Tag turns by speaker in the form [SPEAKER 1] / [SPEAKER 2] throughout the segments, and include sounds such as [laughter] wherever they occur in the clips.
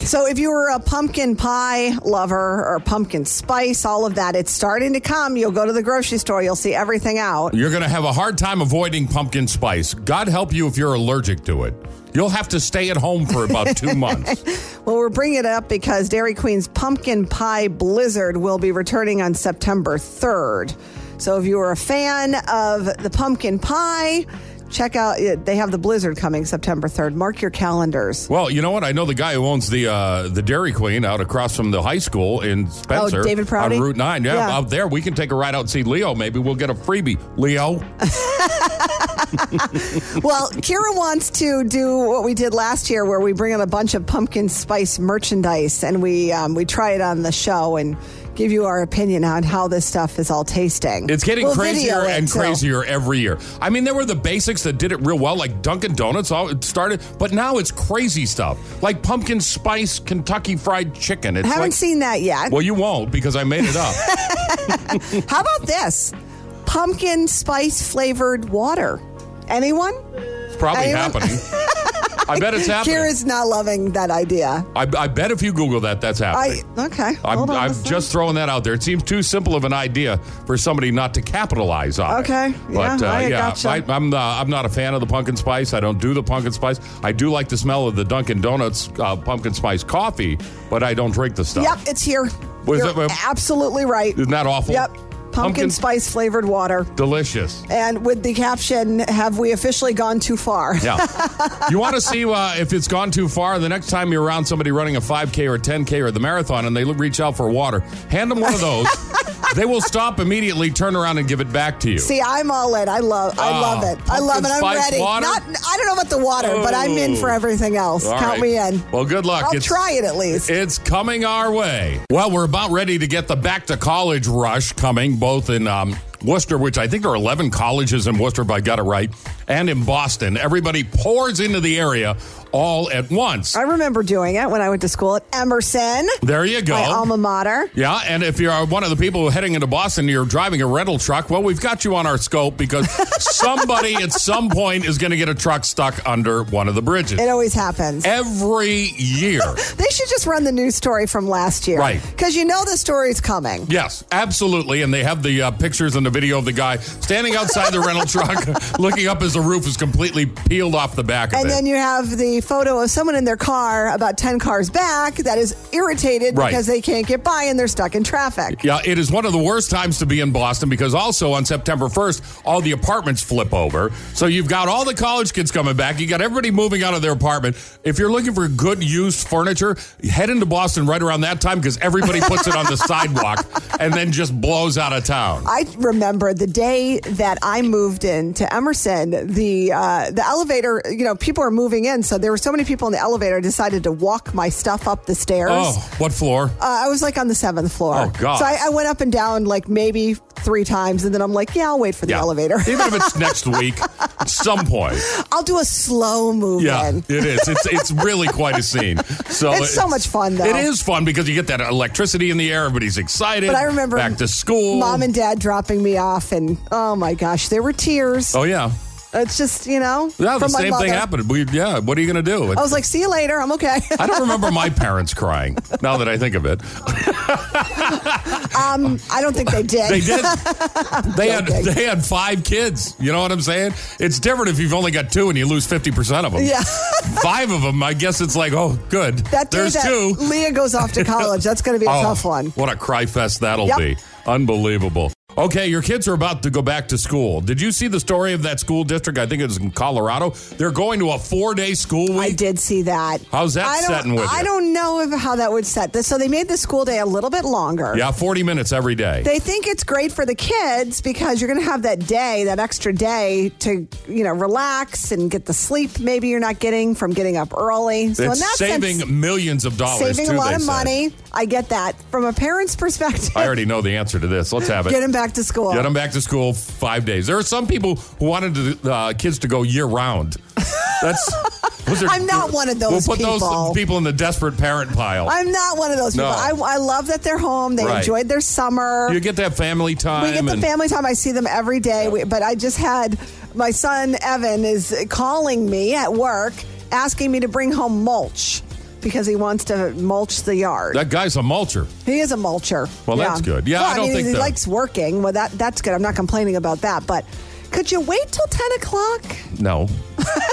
[SPEAKER 1] So if you were a pumpkin pie lover or pumpkin spice, all of that, it's starting to come. You'll go to the grocery store, you'll see everything out.
[SPEAKER 2] You're going to have a hard time avoiding pumpkin spice. God help you if you're allergic to it. You'll have to stay at home for
[SPEAKER 1] [laughs]
[SPEAKER 2] about two months.
[SPEAKER 1] Well, we're bringing it up because Dairy Queen's Pumpkin Pie Blizzard will be returning on September 3rd. So if you are a fan of the pumpkin pie, check out they have the blizzard coming September 3rd. Mark your calendars.
[SPEAKER 2] Well, you know what? I know the guy who owns the uh, the Dairy Queen out across from the high school in Spencer.
[SPEAKER 1] Oh, David Prouty?
[SPEAKER 2] On Route 9. Yeah,
[SPEAKER 1] Yeah.
[SPEAKER 2] out there. We can take a ride out and see Leo. Maybe we'll get a freebie. Leo.
[SPEAKER 1] well, Kira wants to do what we did last year where we bring in a bunch of pumpkin spice merchandise and we um, we try it on the show and give you our opinion on how this stuff is all tasting. [laughs]
[SPEAKER 2] It's getting
[SPEAKER 1] We'll video
[SPEAKER 2] crazier
[SPEAKER 1] it,
[SPEAKER 2] and
[SPEAKER 1] so-
[SPEAKER 2] crazier every year. I mean, there were the basics that did it real well, like Dunkin' Donuts. All it started, but now it's crazy stuff, like pumpkin spice Kentucky Fried Chicken. It's
[SPEAKER 1] Haven't
[SPEAKER 2] like,
[SPEAKER 1] seen that yet.
[SPEAKER 2] well, you won't because I made it
[SPEAKER 1] [laughs]
[SPEAKER 2] up.
[SPEAKER 1] How about this? Pumpkin spice flavored water. Anyone?
[SPEAKER 2] It's probably
[SPEAKER 1] Anyone?
[SPEAKER 2] happening.
[SPEAKER 1] [laughs]
[SPEAKER 2] I bet it's happening.
[SPEAKER 1] Kira's not loving that idea.
[SPEAKER 2] I, I bet if you Google that, that's
[SPEAKER 1] I
[SPEAKER 2] happening.
[SPEAKER 1] okay.
[SPEAKER 2] am
[SPEAKER 1] hold on a
[SPEAKER 2] I'm
[SPEAKER 1] second.
[SPEAKER 2] just throwing that out there. It seems too simple of an idea for somebody not to capitalize on. it.
[SPEAKER 1] Okay.
[SPEAKER 2] but
[SPEAKER 1] Yeah,
[SPEAKER 2] uh,
[SPEAKER 1] I
[SPEAKER 2] yeah,
[SPEAKER 1] gotcha.
[SPEAKER 2] I, I'm uh, I'm not a fan of the pumpkin spice. I don't do the pumpkin spice. I do like the smell of the Dunkin' Donuts uh, pumpkin spice coffee, but I don't drink the stuff.
[SPEAKER 1] Yep, it's here.
[SPEAKER 2] Was
[SPEAKER 1] You're
[SPEAKER 2] it, ma'am?
[SPEAKER 1] absolutely right.
[SPEAKER 2] Isn't that awful?
[SPEAKER 1] Yep. Pumpkin, spice flavored water.
[SPEAKER 2] delicious.
[SPEAKER 1] And with the caption, have we officially gone too far?
[SPEAKER 2] [laughs] Yeah. you want to see uh, if it's gone too far. The next time you're around somebody running a 5K or 10K or the marathon and they reach out for water, hand them one
[SPEAKER 1] [laughs]
[SPEAKER 2] of those. they will stop immediately, turn around, and give it back to you.
[SPEAKER 1] See, I'm all in. I love I
[SPEAKER 2] Ah,
[SPEAKER 1] love it. I love it.
[SPEAKER 2] pumpkin
[SPEAKER 1] I'm
[SPEAKER 2] spice
[SPEAKER 1] ready.
[SPEAKER 2] water?
[SPEAKER 1] Not I don't know about the water, but I'm in
[SPEAKER 2] Oh.
[SPEAKER 1] for everything else.
[SPEAKER 2] All
[SPEAKER 1] Count
[SPEAKER 2] right.
[SPEAKER 1] me in.
[SPEAKER 2] Well, good luck.
[SPEAKER 1] I'll
[SPEAKER 2] It's-
[SPEAKER 1] try it at least.
[SPEAKER 2] It's coming our way. Well, we're about ready to get the back to college rush coming, both in um, Worcester, which I think there are 11 colleges in Worcester, if I got it right, and in Boston. Everybody pours into the area all at once.
[SPEAKER 1] I remember doing it when I went to school at Emerson,
[SPEAKER 2] There you go.
[SPEAKER 1] my alma mater.
[SPEAKER 2] Yeah, and if you're one of the people heading into Boston, you're driving a rental truck. Well, we've got you on our
[SPEAKER 1] [laughs]
[SPEAKER 2] scope because somebody at some point is going to get a truck stuck under one of the bridges
[SPEAKER 1] It always happens.
[SPEAKER 2] Eh. every
[SPEAKER 1] [laughs]
[SPEAKER 2] year.
[SPEAKER 1] They should just run the news story from last year.
[SPEAKER 2] Right.
[SPEAKER 1] Because you know the story's coming.
[SPEAKER 2] Yes, absolutely. And they have the uh, pictures and the video of the guy standing outside the
[SPEAKER 1] [laughs]
[SPEAKER 2] rental truck, looking up as the roof is completely peeled off the back of
[SPEAKER 1] And
[SPEAKER 2] it.
[SPEAKER 1] then you have the photo of someone in their car about 10 cars back that is irritated
[SPEAKER 2] Right.
[SPEAKER 1] because they can't get by and they're stuck in traffic.
[SPEAKER 2] yeah, it is one of the worst times to be in Boston because also on September 1st, all the apartments flip over. So you've got all the college kids coming back. You got everybody moving out of their apartment. If you're looking for good used furniture, head into Boston right around that time because everybody puts it on the sidewalk and then just blows out of town.
[SPEAKER 1] I remember the day that I moved into Emerson, the uh, the elevator, you know, people are moving in. So there were so many people in the elevator, I decided to walk my stuff up the stairs.
[SPEAKER 2] Oh, what floor?
[SPEAKER 1] Uh, I was like on the seventh floor.
[SPEAKER 2] Oh, God.
[SPEAKER 1] So I, I went up and down like maybe three times, and then I'm like, yeah, I'll wait for the
[SPEAKER 2] Yeah.
[SPEAKER 1] elevator.
[SPEAKER 2] Even if it's next week, at some point.
[SPEAKER 1] I'll do a slow move
[SPEAKER 2] Yeah,
[SPEAKER 1] in.
[SPEAKER 2] it is.
[SPEAKER 1] [laughs]
[SPEAKER 2] It's it's really quite a scene. So
[SPEAKER 1] It's so much fun, though.
[SPEAKER 2] It is fun because you get that electricity in the air. Everybody's excited.
[SPEAKER 1] But I remember
[SPEAKER 2] back to school.
[SPEAKER 1] mom and dad dropping me off, and oh my gosh, there were tears.
[SPEAKER 2] oh yeah,
[SPEAKER 1] It's just you know,
[SPEAKER 2] yeah. The
[SPEAKER 1] from my
[SPEAKER 2] same thing
[SPEAKER 1] mother. Oh.
[SPEAKER 2] happened. We, yeah. What are you going to do?
[SPEAKER 1] I was like, see you later. I'm okay. [laughs]
[SPEAKER 2] I don't remember my parents crying. Now that I think of it,
[SPEAKER 1] Um, I don't
[SPEAKER 2] [laughs]
[SPEAKER 1] think they did. [laughs]
[SPEAKER 2] they did. They had
[SPEAKER 1] Joking.
[SPEAKER 2] they had five kids. You know what I'm saying? It's different if you've only got two and you lose fifty percent of them.
[SPEAKER 1] Yeah.
[SPEAKER 2] five of them. I guess it's like, oh, good.
[SPEAKER 1] That day
[SPEAKER 2] There's
[SPEAKER 1] that
[SPEAKER 2] two.
[SPEAKER 1] Leah goes off to college, that's going to be a
[SPEAKER 2] [laughs] Oh,
[SPEAKER 1] tough one.
[SPEAKER 2] What a cry fest that'll
[SPEAKER 1] Yep.
[SPEAKER 2] be. Unbelievable. Okay, your kids are about to go back to school. Did you see the story of that school district? I think it was in Colorado. They're going to a four day school week.
[SPEAKER 1] I did see that.
[SPEAKER 2] How's that
[SPEAKER 1] I don't,
[SPEAKER 2] setting with
[SPEAKER 1] I
[SPEAKER 2] you?
[SPEAKER 1] don't know if, how that would set this. So they made the school day a little bit longer.
[SPEAKER 2] Yeah, 40 minutes every day.
[SPEAKER 1] They think it's great for the kids because you're going to have that day, that extra day to, you know, relax and get the sleep maybe you're not getting from getting up early. So in
[SPEAKER 2] it's
[SPEAKER 1] that
[SPEAKER 2] saving
[SPEAKER 1] sense,
[SPEAKER 2] millions of dollars.
[SPEAKER 1] saving
[SPEAKER 2] too,
[SPEAKER 1] a lot
[SPEAKER 2] they
[SPEAKER 1] of
[SPEAKER 2] said.
[SPEAKER 1] money. I get that. From a parent's perspective,
[SPEAKER 2] I already know the answer to this. Let's have
[SPEAKER 1] [laughs]
[SPEAKER 2] it.
[SPEAKER 1] get them back to school.
[SPEAKER 2] Get them back to school five days. There are some people who wanted to, uh, kids to go year round.
[SPEAKER 1] [laughs]
[SPEAKER 2] That's. those are-
[SPEAKER 1] I'm not one of
[SPEAKER 2] We'll
[SPEAKER 1] those
[SPEAKER 2] put
[SPEAKER 1] people.
[SPEAKER 2] those people in the desperate parent pile.
[SPEAKER 1] I'm not one of those
[SPEAKER 2] No.
[SPEAKER 1] people. I, I love that they're home. They
[SPEAKER 2] Right.
[SPEAKER 1] enjoyed their summer.
[SPEAKER 2] you get that family time.
[SPEAKER 1] we get the
[SPEAKER 2] and-
[SPEAKER 1] family time. I see them every day. We, but I just had my son Evan is calling me at work asking me to bring home mulch. because he wants to mulch the yard.
[SPEAKER 2] That guy's a mulcher.
[SPEAKER 1] He is a mulcher.
[SPEAKER 2] Well, that's good. Yeah,
[SPEAKER 1] Well,
[SPEAKER 2] I don't
[SPEAKER 1] mean,
[SPEAKER 2] think
[SPEAKER 1] he
[SPEAKER 2] that-
[SPEAKER 1] likes working. Well, that that's good. I'm not complaining about that. But could you wait till ten o'clock?
[SPEAKER 2] No.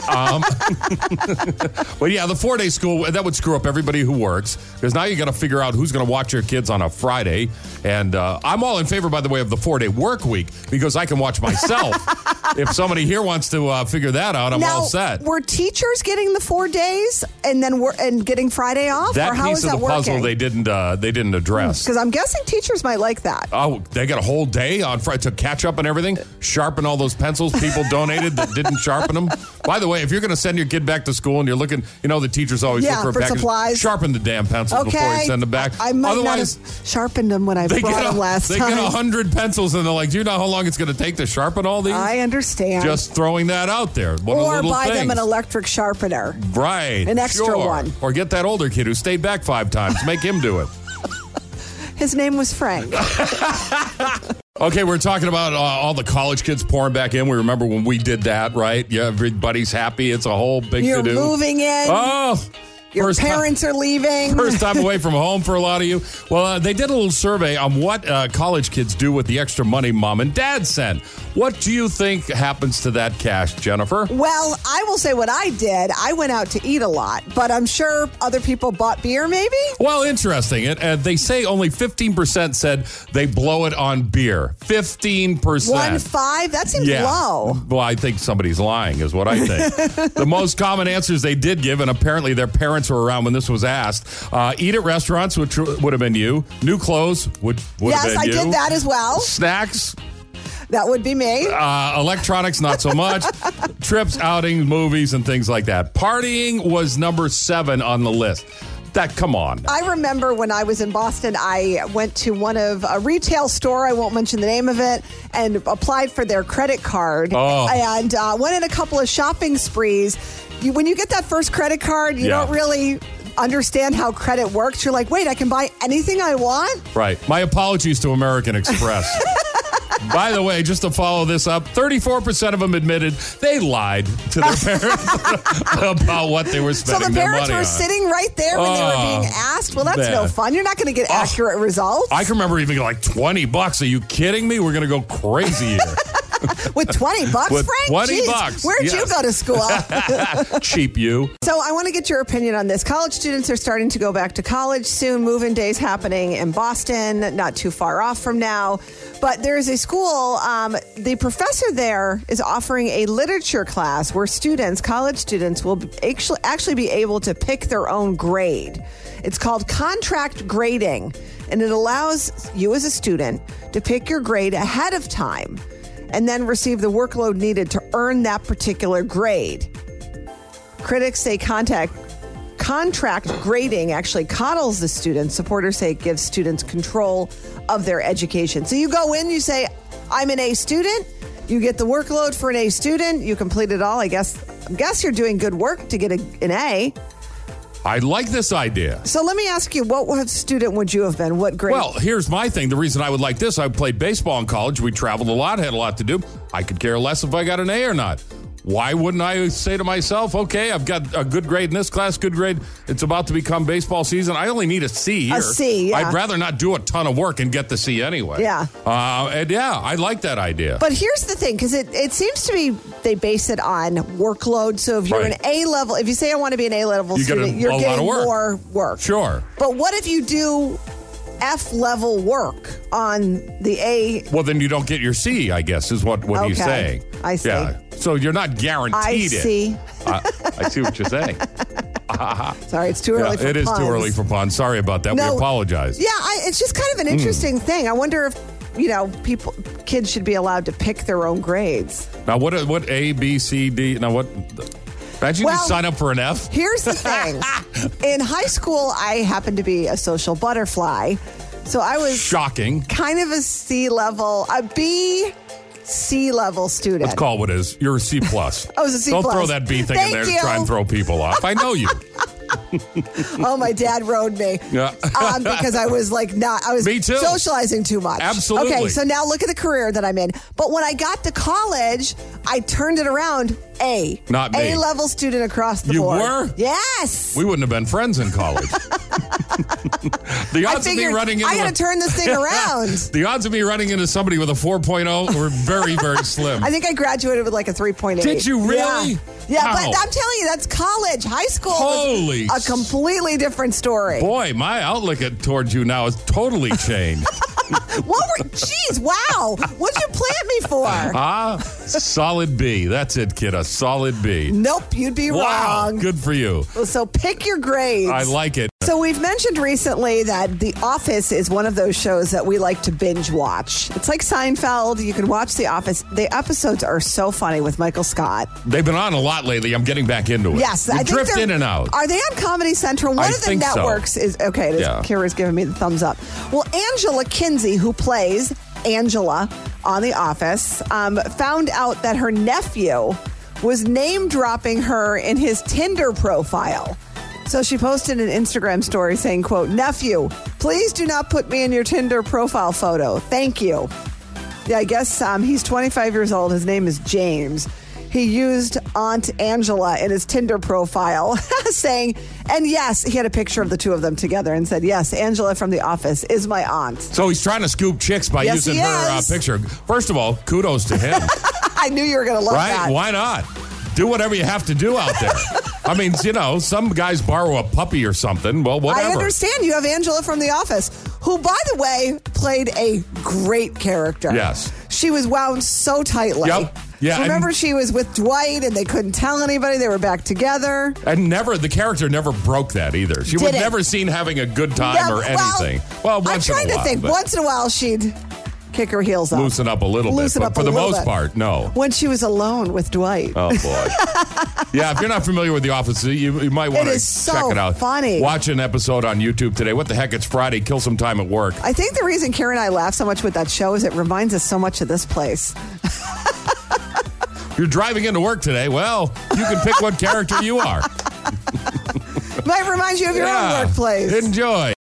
[SPEAKER 2] um, [laughs] but yeah, the four day school, that would screw up everybody who works because now you got to figure out who's going to watch your kids on a Friday. And uh, I'm all in favor, by the way, of the four day work week because I can
[SPEAKER 1] [laughs]
[SPEAKER 2] watch myself. if somebody here wants to uh, figure that out, I'm
[SPEAKER 1] now,
[SPEAKER 2] all set.
[SPEAKER 1] were teachers getting the four days and then we're and getting Friday off?
[SPEAKER 2] That
[SPEAKER 1] or how
[SPEAKER 2] piece
[SPEAKER 1] is
[SPEAKER 2] of
[SPEAKER 1] that
[SPEAKER 2] the puzzle they
[SPEAKER 1] working?
[SPEAKER 2] didn't uh, they didn't address.
[SPEAKER 1] Because I'm guessing teachers might like that.
[SPEAKER 2] Oh, they got a whole day on Friday to catch up and everything. Sharpen all those pencils people donated that didn't sharpen them. By the way, if you're going to send your kid back to school and you're looking, you know the teachers always
[SPEAKER 1] Yeah,
[SPEAKER 2] look for, a
[SPEAKER 1] for
[SPEAKER 2] package.
[SPEAKER 1] supplies.
[SPEAKER 2] Sharpen the damn pencils
[SPEAKER 1] okay.
[SPEAKER 2] before you send them back.
[SPEAKER 1] I, I might
[SPEAKER 2] Otherwise,
[SPEAKER 1] not have sharpened them when I
[SPEAKER 2] they
[SPEAKER 1] brought
[SPEAKER 2] get
[SPEAKER 1] them
[SPEAKER 2] a,
[SPEAKER 1] last
[SPEAKER 2] they
[SPEAKER 1] time.
[SPEAKER 2] get a hundred pencils and they're like, "Do you know how long it's going to take to sharpen all these?"
[SPEAKER 1] I understand.
[SPEAKER 2] Just throwing that out there. One of the
[SPEAKER 1] or
[SPEAKER 2] little
[SPEAKER 1] buy them
[SPEAKER 2] things.
[SPEAKER 1] an electric sharpener.
[SPEAKER 2] right,
[SPEAKER 1] an extra
[SPEAKER 2] sure.
[SPEAKER 1] one.
[SPEAKER 2] or get that older kid who stayed back five times. Make him do it.
[SPEAKER 1] His name was
[SPEAKER 2] [laughs]
[SPEAKER 1] Frank.
[SPEAKER 2] Okay, we're talking about uh, all the college kids pouring back in. We remember when we did that, right? Yeah, everybody's happy. It's a whole big
[SPEAKER 1] You're
[SPEAKER 2] to do.
[SPEAKER 1] moving in.
[SPEAKER 2] Oh,
[SPEAKER 1] Your
[SPEAKER 2] first
[SPEAKER 1] parents are leaving.
[SPEAKER 2] Time, [laughs] first time away from home for a lot of you. Well, uh, they did a little survey on what uh, college kids do with the extra money mom and dad send. What do you think happens to that cash, Jennifer?
[SPEAKER 1] Well, I will say what I did. I went out to eat a lot, but I'm sure other people bought beer, maybe?
[SPEAKER 2] Well, interesting. It, uh, they say only 15% said they blow it on beer. 15%.
[SPEAKER 1] One five? That seems low.
[SPEAKER 2] Well, I think somebody's lying, is what I
[SPEAKER 1] [laughs]
[SPEAKER 2] think. the most common answers they did give, and apparently their parents were around when this was asked uh, eat at restaurants, which would have been you, new clothes, which would have
[SPEAKER 1] Yes,
[SPEAKER 2] been
[SPEAKER 1] I
[SPEAKER 2] you.
[SPEAKER 1] did that as well.
[SPEAKER 2] Snacks,
[SPEAKER 1] That would be me.
[SPEAKER 2] uh, electronics, not
[SPEAKER 1] [laughs]
[SPEAKER 2] so much. Trips, outings, movies, and things like that. Partying was number seven on the list. That, come on.
[SPEAKER 1] I remember when I was in Boston, I went to one of a retail store. I won't mention the name of it, and applied for their credit card,
[SPEAKER 2] Oh.
[SPEAKER 1] and uh, went in a couple of shopping sprees. You, when you get that first credit card, you
[SPEAKER 2] Yeah.
[SPEAKER 1] don't really understand how credit works. You're like, wait, I can buy anything I want.
[SPEAKER 2] Right. My apologies to
[SPEAKER 1] [laughs]
[SPEAKER 2] American Express. By the way, just to follow this up, 34% of them admitted they lied
[SPEAKER 1] [laughs]
[SPEAKER 2] to their parents [laughs] about what they were
[SPEAKER 1] So
[SPEAKER 2] spending
[SPEAKER 1] the
[SPEAKER 2] their
[SPEAKER 1] parents
[SPEAKER 2] money
[SPEAKER 1] were
[SPEAKER 2] on.
[SPEAKER 1] sitting right there when they
[SPEAKER 2] Oh,
[SPEAKER 1] were being asked. Well, that's
[SPEAKER 2] man. Oh,
[SPEAKER 1] no fun. You're not going to get accurate results.
[SPEAKER 2] I can remember even like 20 bucks. Are you kidding me? We're going to go
[SPEAKER 1] [laughs]
[SPEAKER 2] crazy here.
[SPEAKER 1] With
[SPEAKER 2] [laughs]
[SPEAKER 1] 20 bucks,
[SPEAKER 2] With
[SPEAKER 1] Frank?
[SPEAKER 2] 20
[SPEAKER 1] Jeez,
[SPEAKER 2] bucks,
[SPEAKER 1] Where'd you
[SPEAKER 2] yes.
[SPEAKER 1] go to
[SPEAKER 2] [laughs]
[SPEAKER 1] school?
[SPEAKER 2] Cheap you.
[SPEAKER 1] so I want to get your opinion on this. College students are starting to go back to college soon. Move-in days happening in Boston, not too far off from now. But there is a school, um, the professor there is offering a literature class where students, college students, will actually, actually be able to pick their own grade. It's called contract grading, and it allows you as a student to pick your grade ahead of time and then receive the workload needed to earn that particular grade. Critics say contact contract grading actually coddles the students. Supporters say it gives students control of their education. So you go in, you say, I'm an A student. You get the workload for an A student. You complete it all. I guess I guess you're doing good work to get a, an A.
[SPEAKER 2] I like this idea.
[SPEAKER 1] So let me ask you, what would- student would you have been? What grade?
[SPEAKER 2] Well, here's my thing. The reason I would like this, I played baseball in college. We traveled a lot, had a lot to do. I could care less if I got an A or not. Why wouldn't I say to myself, okay, I've got a good grade in this class, good grade. It's about to become baseball season. I only need a C here.
[SPEAKER 1] C, yeah.
[SPEAKER 2] I'd rather not do a ton of work and get the C anyway.
[SPEAKER 1] Yeah.
[SPEAKER 2] Uh, and yeah, I like that idea.
[SPEAKER 1] But here's the thing, because it, it seems to be they base it on workload. So if you're
[SPEAKER 2] Right.
[SPEAKER 1] an A level, if you say I want to be an A level
[SPEAKER 2] You get a-
[SPEAKER 1] student, you're
[SPEAKER 2] a lot
[SPEAKER 1] getting
[SPEAKER 2] of work.
[SPEAKER 1] more work.
[SPEAKER 2] sure.
[SPEAKER 1] But what if you do F level work on the A?
[SPEAKER 2] Well, then you don't get your C, I guess, is what, what he's
[SPEAKER 1] Okay.
[SPEAKER 2] saying.
[SPEAKER 1] I see.
[SPEAKER 2] Yeah. So you're not guaranteed
[SPEAKER 1] I
[SPEAKER 2] it.
[SPEAKER 1] see.
[SPEAKER 2] I, I see what
[SPEAKER 1] [laughs]
[SPEAKER 2] you're saying.
[SPEAKER 1] Sorry, it's too early.
[SPEAKER 2] Yeah,
[SPEAKER 1] for
[SPEAKER 2] it is
[SPEAKER 1] puns.
[SPEAKER 2] too early for Hmm. puns. Sorry about that.
[SPEAKER 1] No.
[SPEAKER 2] We apologize.
[SPEAKER 1] Yeah, I, it's just kind of an interesting thing. I wonder if you know people kids should be allowed to pick their own grades.
[SPEAKER 2] Now what? What A B C D? Now what? Imagine you
[SPEAKER 1] Well-
[SPEAKER 2] sign up for an F.
[SPEAKER 1] Here's the thing:
[SPEAKER 2] [laughs]
[SPEAKER 1] in high school, I happened to be a social butterfly, so I was
[SPEAKER 2] Shocking.
[SPEAKER 1] kind of a C level, a B, C level student.
[SPEAKER 2] Let's call it what it is. You're a C plus.
[SPEAKER 1] [laughs] I was Oh, a C
[SPEAKER 2] Don't
[SPEAKER 1] plus.
[SPEAKER 2] throw that B thing
[SPEAKER 1] Thank
[SPEAKER 2] in there
[SPEAKER 1] you. [laughs]
[SPEAKER 2] to try and throw people off. I know you.
[SPEAKER 1] oh, my dad rode me.
[SPEAKER 2] Yeah.
[SPEAKER 1] um, because I was like not. I was
[SPEAKER 2] Me too.
[SPEAKER 1] socializing too much.
[SPEAKER 2] Absolutely.
[SPEAKER 1] Okay, so now look at the career that I'm in. But when I got to college, I turned it around. A
[SPEAKER 2] Not me.
[SPEAKER 1] A level student across the
[SPEAKER 2] You
[SPEAKER 1] board.
[SPEAKER 2] were?
[SPEAKER 1] Yes.
[SPEAKER 2] We wouldn't have been friends in
[SPEAKER 1] [laughs]
[SPEAKER 2] college. the
[SPEAKER 1] I
[SPEAKER 2] odds of me
[SPEAKER 1] figured
[SPEAKER 2] running into
[SPEAKER 1] I got to
[SPEAKER 2] a-
[SPEAKER 1] turn this thing
[SPEAKER 2] [laughs]
[SPEAKER 1] around.
[SPEAKER 2] the odds of me running into somebody with a 4.0
[SPEAKER 1] [laughs]
[SPEAKER 2] were very very slim.
[SPEAKER 1] I think I graduated with like a 3.8.
[SPEAKER 2] Did you really?
[SPEAKER 1] Yeah, Yeah,
[SPEAKER 2] Wow.
[SPEAKER 1] but I'm telling you, that's college. High school
[SPEAKER 2] Holy
[SPEAKER 1] was a completely different story.
[SPEAKER 2] Boy, my outlook at, towards you now is totally
[SPEAKER 1] [laughs]
[SPEAKER 2] changed.
[SPEAKER 1] What were, geez, wow. What'd you plant me
[SPEAKER 2] [laughs]
[SPEAKER 1] for?
[SPEAKER 2] ah, solid B. That's it, kid. A solid B.
[SPEAKER 1] Nope, you'd be
[SPEAKER 2] Wow,
[SPEAKER 1] wrong.
[SPEAKER 2] good for you.
[SPEAKER 1] So pick your grades.
[SPEAKER 2] I like it.
[SPEAKER 1] So we've mentioned recently that The Office is one of those shows that we like to binge watch. It's like Seinfeld. You can watch The Office. The episodes are so funny with Michael Scott.
[SPEAKER 2] They've been on a lot lately. I'm getting back into it.
[SPEAKER 1] Yes,
[SPEAKER 2] we
[SPEAKER 1] I think
[SPEAKER 2] drift
[SPEAKER 1] they're-
[SPEAKER 2] in and out.
[SPEAKER 1] Are they on Comedy Central? One
[SPEAKER 2] I
[SPEAKER 1] of the
[SPEAKER 2] think so.
[SPEAKER 1] networks is okay. It is,
[SPEAKER 2] Yeah.
[SPEAKER 1] Kira's giving me the thumbs up. Well, Angela Kinsey, who plays Angela on The Office, um, found out that her nephew was name dropping her in his Tinder profile. So she posted an Instagram story saying, "quote Nephew, please do not put me in your Tinder profile photo. Thank you." Yeah, I guess um, he's 25 years old. His name is James. He used Aunt Angela in his Tinder profile, [laughs] saying, and yes, he had a picture of the two of them together and said, yes, Angela from The Office is my aunt. [laughs]
[SPEAKER 2] so he's trying to scoop chicks by
[SPEAKER 1] Yes,
[SPEAKER 2] using
[SPEAKER 1] he
[SPEAKER 2] her uh,
[SPEAKER 1] is.
[SPEAKER 2] picture. First of all, kudos
[SPEAKER 1] [laughs]
[SPEAKER 2] to him.
[SPEAKER 1] I knew you were going to love
[SPEAKER 2] right?
[SPEAKER 1] that.
[SPEAKER 2] Why not? Do whatever you have to do out
[SPEAKER 1] [laughs]
[SPEAKER 2] there. I mean, you know, some guys borrow a puppy or something. Well, whatever.
[SPEAKER 1] I understand you have Angela from The Office, who, by the way, played a great character.
[SPEAKER 2] Yes.
[SPEAKER 1] She was wound so tightly.
[SPEAKER 2] Yep. Yeah, and-
[SPEAKER 1] Remember, she was with Dwight and they couldn't tell anybody they were back together.
[SPEAKER 2] And never, the character never broke that either. She was
[SPEAKER 1] Didn't.
[SPEAKER 2] never seen having a good time
[SPEAKER 1] Yeah,
[SPEAKER 2] or anything. Well,
[SPEAKER 1] I'm
[SPEAKER 2] once
[SPEAKER 1] trying
[SPEAKER 2] in a while,
[SPEAKER 1] to think.
[SPEAKER 2] but
[SPEAKER 1] Once in a while, she'd kick her heels up,
[SPEAKER 2] loosen up a little
[SPEAKER 1] Loosen
[SPEAKER 2] bit.
[SPEAKER 1] up
[SPEAKER 2] but
[SPEAKER 1] a
[SPEAKER 2] for the
[SPEAKER 1] little
[SPEAKER 2] most
[SPEAKER 1] bit.
[SPEAKER 2] part, no.
[SPEAKER 1] When she was alone with Dwight, [laughs]
[SPEAKER 2] Oh boy. yeah, if you're not familiar with The Office, you, you might want to check
[SPEAKER 1] is so
[SPEAKER 2] it out.
[SPEAKER 1] funny.
[SPEAKER 2] Watch an episode on YouTube today. What the heck? It's Friday. Kill some time at work.
[SPEAKER 1] I think the reason Karen and I laugh so much with that show is it reminds us so much of this place.
[SPEAKER 2] You're driving into work today. Well, you can
[SPEAKER 1] [laughs]
[SPEAKER 2] pick what character you are.
[SPEAKER 1] Might remind you of your
[SPEAKER 2] Yeah.
[SPEAKER 1] own workplace.
[SPEAKER 2] Enjoy.